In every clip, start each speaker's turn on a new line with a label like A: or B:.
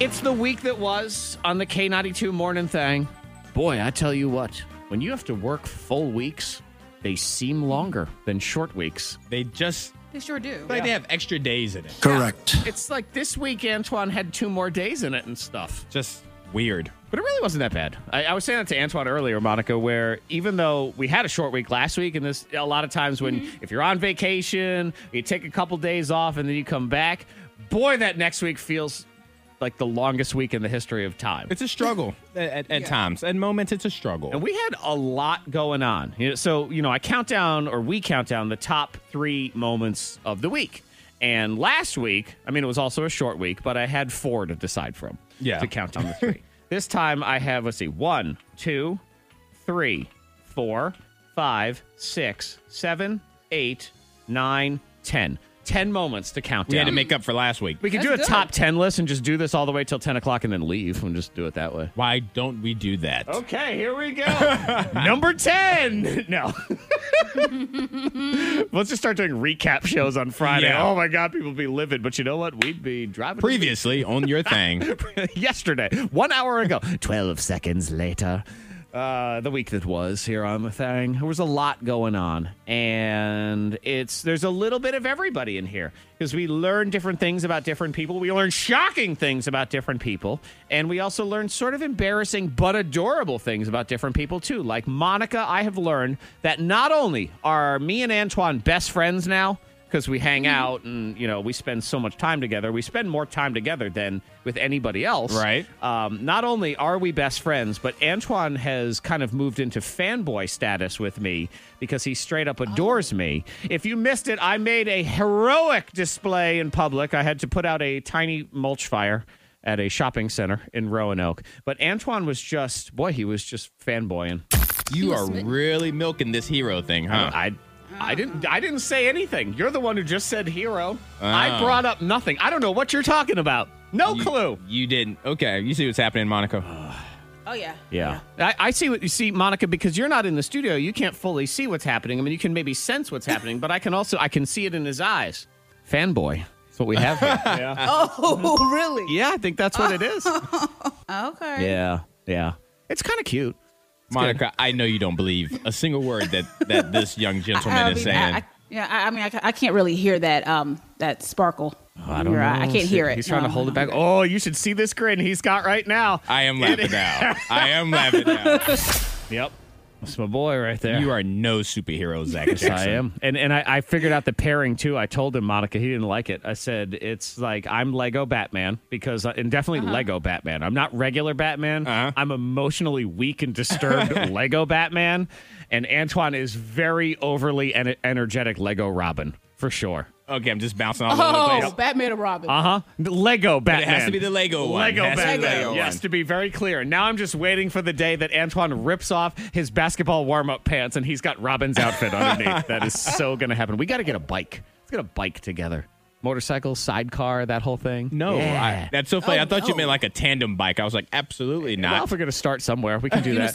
A: It's the week that was on the K92 morning thing. Boy, I tell you what, when you have to work full weeks, they seem longer than short weeks.
B: They just
C: They sure do.
B: like they have extra days in it.
D: Correct.
A: It's like this week, Antoine had two more days in it and stuff.
B: Just weird.
A: But it really wasn't that bad. I, I was saying that to Antoine earlier, Monica, where even though we had a short week last week, and this a lot of times when if you're on vacation, you take a couple days off and then you come back, boy, that next week feels like the longest week in the history of time.
B: It's a struggle at, at, at
C: Yeah.
B: times. At moments, it's a struggle.
A: And we had a lot going on. You know, So, you know, I count down or we count down the top three moments of the week. And last week, I mean, it was also a short week, but I had four to decide from.
B: Yeah.
A: To count down the three. this time I have, let's see, one, two, three, four, five, six, seven, eight, nine, ten. Ten moments to count down.
B: We had to make up for last week.
A: we could
C: That's
A: do a
C: good.
A: top ten list and just do this all the way till ten o'clock and then leave and just do it that way.
B: Why don't we do that?
A: Okay, here we go. Number 10. No. Let's just start doing recap shows on Friday.
B: Yeah.
A: Oh my God, people would be livid. But you know what? We'd be driving
B: Previously on your thing.
A: yesterday, one hour ago, 12 seconds later. Uh, the week that was here on the thing. There was a lot going on, and it's there's a little bit of everybody in here because we learn different things about different people. We learn shocking things about different people, and we also learn sort of embarrassing but adorable things about different people too. Like Monica, I have learned that not only are me and Antoine best friends now, because we hang out and you know we spend so much time together we spend more time together than with anybody else
B: Right.
A: um, not only are we best friends but antoine has kind of moved into fanboy status with me because he straight up adores me if you missed it i made a heroic display in public i had to put out a tiny mulch fire at a shopping center in roanoke but antoine was just boy he was just fanboying
B: You are
C: smitten.
B: really milking this hero thing, huh?
A: I I didn't I didn't say anything. You're the one who just said hero. I brought up nothing. I don't know what you're talking about. No
B: You-
A: clue.
B: You didn't. Okay, you see what's happening, Monica.
C: Oh yeah.
A: I, I see what you see, Monica, because you're not in the studio, you can't fully see what's happening. I mean you can maybe sense what's happening, but I can also I can see it in his eyes. Fanboy. That's what we have here. yeah.
C: Oh really?
A: yeah, I think that's what it is.
C: Okay.
A: yeah. Yeah. It's kind of cute.
B: Monica, I know you don't believe a single word that, that this young gentleman
C: I, I
B: is
C: mean,
B: saying.
C: I, I, yeah, I, I mean, I, ca- I can't really hear that um that sparkle.
A: Oh, I
C: in
A: don't
C: your eye.
A: know.
C: I can't hear it. Um,
A: He's trying
C: No,
A: to hold
C: no,
A: it back.
C: no.
A: Oh, you should see this grin he's got right now.
B: I am laughing now. I am laughing now.
A: Yep. That's my boy right there.
B: You are no superhero, Zach Jackson.
A: Yes, I am. And and I, I figured out the pairing too. I told him Monica, he didn't like it. I said it's like I'm Lego Batman because uh, and definitely Lego Batman. I'm not regular Batman.
B: Uh-huh.
A: I'm emotionally weak and disturbed Lego Batman, and Antoine is very overly en- energetic Lego Robin for sure.
B: Okay, I'm just bouncing all over the
C: Oh,
B: place.
C: Batman and Robin.
A: Uh huh. Lego Batman.
B: has to be the Lego one.
A: Lego
B: It has to be
A: Batman.
B: the Lego
A: yes,
B: one.
A: to be very clear. Now I'm just waiting for the day that Antoine rips off his basketball warm up pants and he's got Robin's outfit underneath. That is so going to happen. We got to get a bike. Let's get a bike together. Motorcycle, sidecar, that whole thing.
B: No, I,
A: Yeah.
B: that's so funny.
C: Oh,
B: I thought you
C: no.
B: meant like a tandem bike. I was like, absolutely
A: well,
B: not.
A: if we're going to start somewhere, we can do that.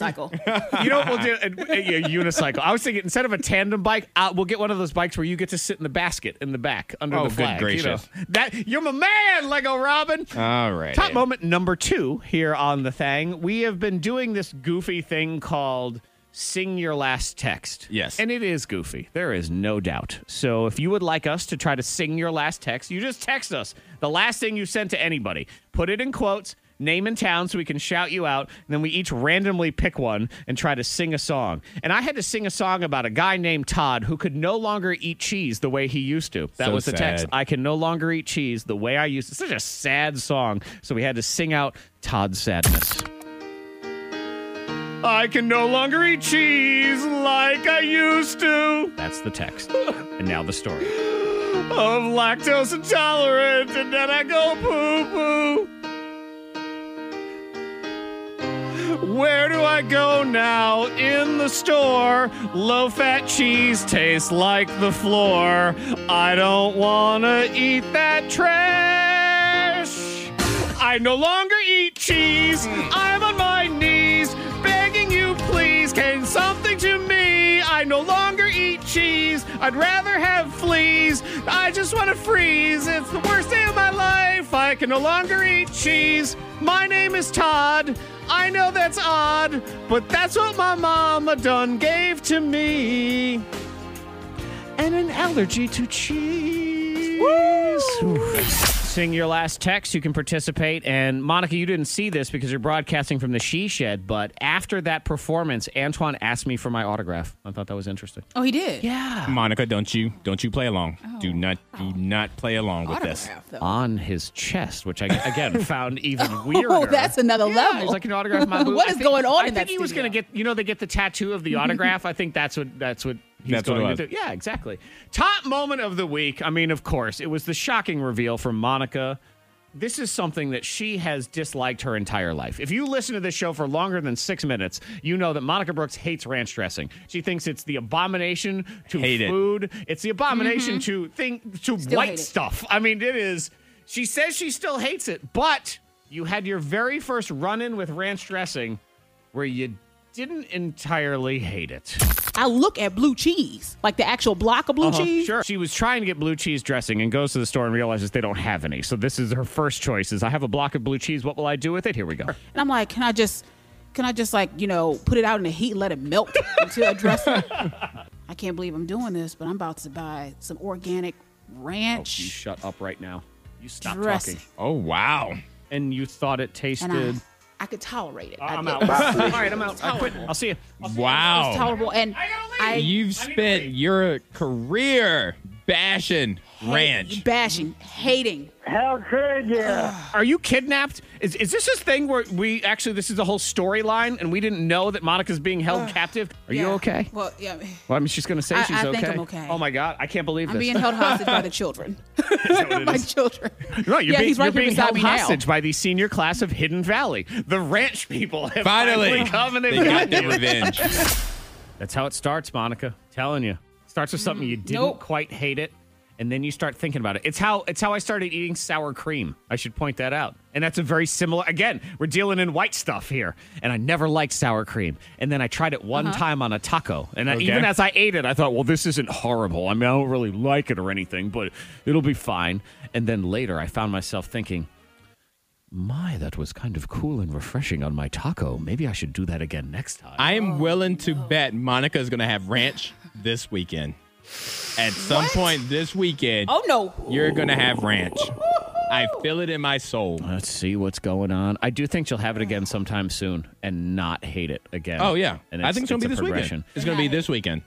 C: Unicycle.
A: You know what we'll do? A, a- a unicycle. I was thinking instead of a tandem bike, uh, we'll get one of those bikes where you get to sit in the basket in the back under
B: Oh,
A: the
B: good
A: flag. you know.
B: gracious.
A: that you're my man, Lego Robin.
B: All right.
A: Top moment number two here on the thing. We have been doing this goofy thing called sing your last text.
B: Yes.
A: And it is goofy. There is no doubt. So if you would like us to try to sing your last text, you just text us the last thing you sent to anybody. Put it in quotes, name and town so we can shout you out. And then we each randomly pick one and try to sing a song. And I had to sing a song about a guy named Todd who could no longer eat cheese the way he used to. That
B: So
A: was the text.
B: sad.
A: I can no longer eat cheese the way I used to. Such a sad song. So we had to sing out Todd's sadness. I can no longer eat cheese like I used to. That's the text. and now the story. I'm lactose intolerant, and then I go poo poo. Where do I go now? In the store. Low fat cheese tastes like the floor. I don't want to eat that trash. I no longer eat cheese. I'm on my knees begging you, please. Can something to me? I no longer eat cheese. I'd rather have fleas. I just want to freeze. It's the worst day of my life. I can no longer eat cheese. My name is Todd. I know that's odd, but that's what my mama done gave to me. And an allergy to cheese. Sing your last text. You can participate. And Monica, you didn't see this because you're broadcasting from the She Shed, but after that performance, Antoine asked me for my autograph. I thought that was interesting.
C: Oh, he did.
A: Yeah.
B: Monica, don't you don't you play along. Do not do not play along with this.
C: Oh, Autograph, though.
A: On his chest, which I again found even weirder.
C: Oh, that's another
A: Yeah,
C: level.
A: He's like an autograph my boob.
C: What
A: I
C: is
A: think-
C: going on
A: I
C: in
A: think
C: that
A: he was going to
C: studio?
A: get, you know, they get the tattoo of the autograph. I think that's what that's what he's
B: That's what
A: going
B: it
A: to
B: was.
A: do. Yeah, exactly. Top moment of the week. I mean, of course, it was the shocking reveal from Monica. This is something that she has disliked her entire life. If you listen to this show for longer than six minutes, you know that Monica Brooks hates ranch dressing. She thinks it's the abomination to
B: Hate it.
A: food. It's the abomination
C: Mm-hmm.
A: to think to
C: Still
A: white
C: hate it.
A: stuff. I mean, it is. She says she still hates it, but you had your very first run in with ranch dressing where you didn't entirely hate it.
C: I look at blue cheese, like the actual block of blue cheese.
A: Uh-huh. Sure. She was trying to get blue cheese dressing and goes to the store and realizes they don't have any. So this is her first choice is I have a block of blue cheese. What will I do with it? Here we go. Oh,
C: And I'm like, can I just, can I just like, you know, put it out in the heat and let it melt until I dress it? I can't believe I'm doing this, but I'm about to buy some organic
A: Oh, You
C: ranch
A: shut up right now. You stop
C: dressing.
A: talking.
B: Oh wow.
A: And you thought it tasted.
C: And I, I could tolerate it. I
A: I'm
C: did.
A: out. All right, I'm out. I quit. I'll see you.
C: It
A: Oh.
C: was
B: Wow.
C: tolerable. And
A: I gotta leave.
C: I,
B: You've spent your career bashing ranch.
C: bashing, hating.
D: How could you?
A: Are you kidnapped? Is, is this this thing where we actually this is the whole storyline and we didn't know that Monica's being held captive? Are you
C: Yeah.
A: okay? Well,
C: Well, yeah.
A: I mean, she's gonna say
C: I-
A: she's
C: I
A: okay.
C: think I'm okay.
A: Oh my god, I can't believe
C: I'm
A: this.
C: being held hostage by the children. My children.
A: no, you're
C: yeah,
A: being,
C: he's right
A: you're
C: here
A: being
C: beside
A: held
C: me now.
A: hostage by the senior class of Hidden Valley. The ranch people have finally,
B: Finally,
A: come and they've
B: they
A: gotten
B: got their
A: you.
B: revenge.
A: That's how it starts, Monica. Telling you, starts with something you didn't
C: Nope.
A: quite hate it, and then you start thinking about it. It's how it's how I started eating sour cream. I should point that out, and that's a very similar. Again, we're dealing in white stuff here, and I never liked sour cream. And then I tried it one time on a taco, and I,
B: Okay.
A: even as I ate it, I thought, well, this isn't horrible. I mean, I don't really like it or anything, but it'll be fine. And then later, I found myself thinking. My, that was kind of cool and refreshing on my taco. Maybe I should do that again next time.
B: I am willing to bet Monica's going to have ranch this weekend. At some point this weekend,
C: Oh, no.
B: you're going to have ranch. I feel it in my soul.
A: Let's see what's going on. I do think she'll have it again sometime soon and not hate it again.
B: Oh yeah,
A: and
B: I think it's going to be
A: a
B: this weekend.
A: progression.
B: It's going to be this weekend.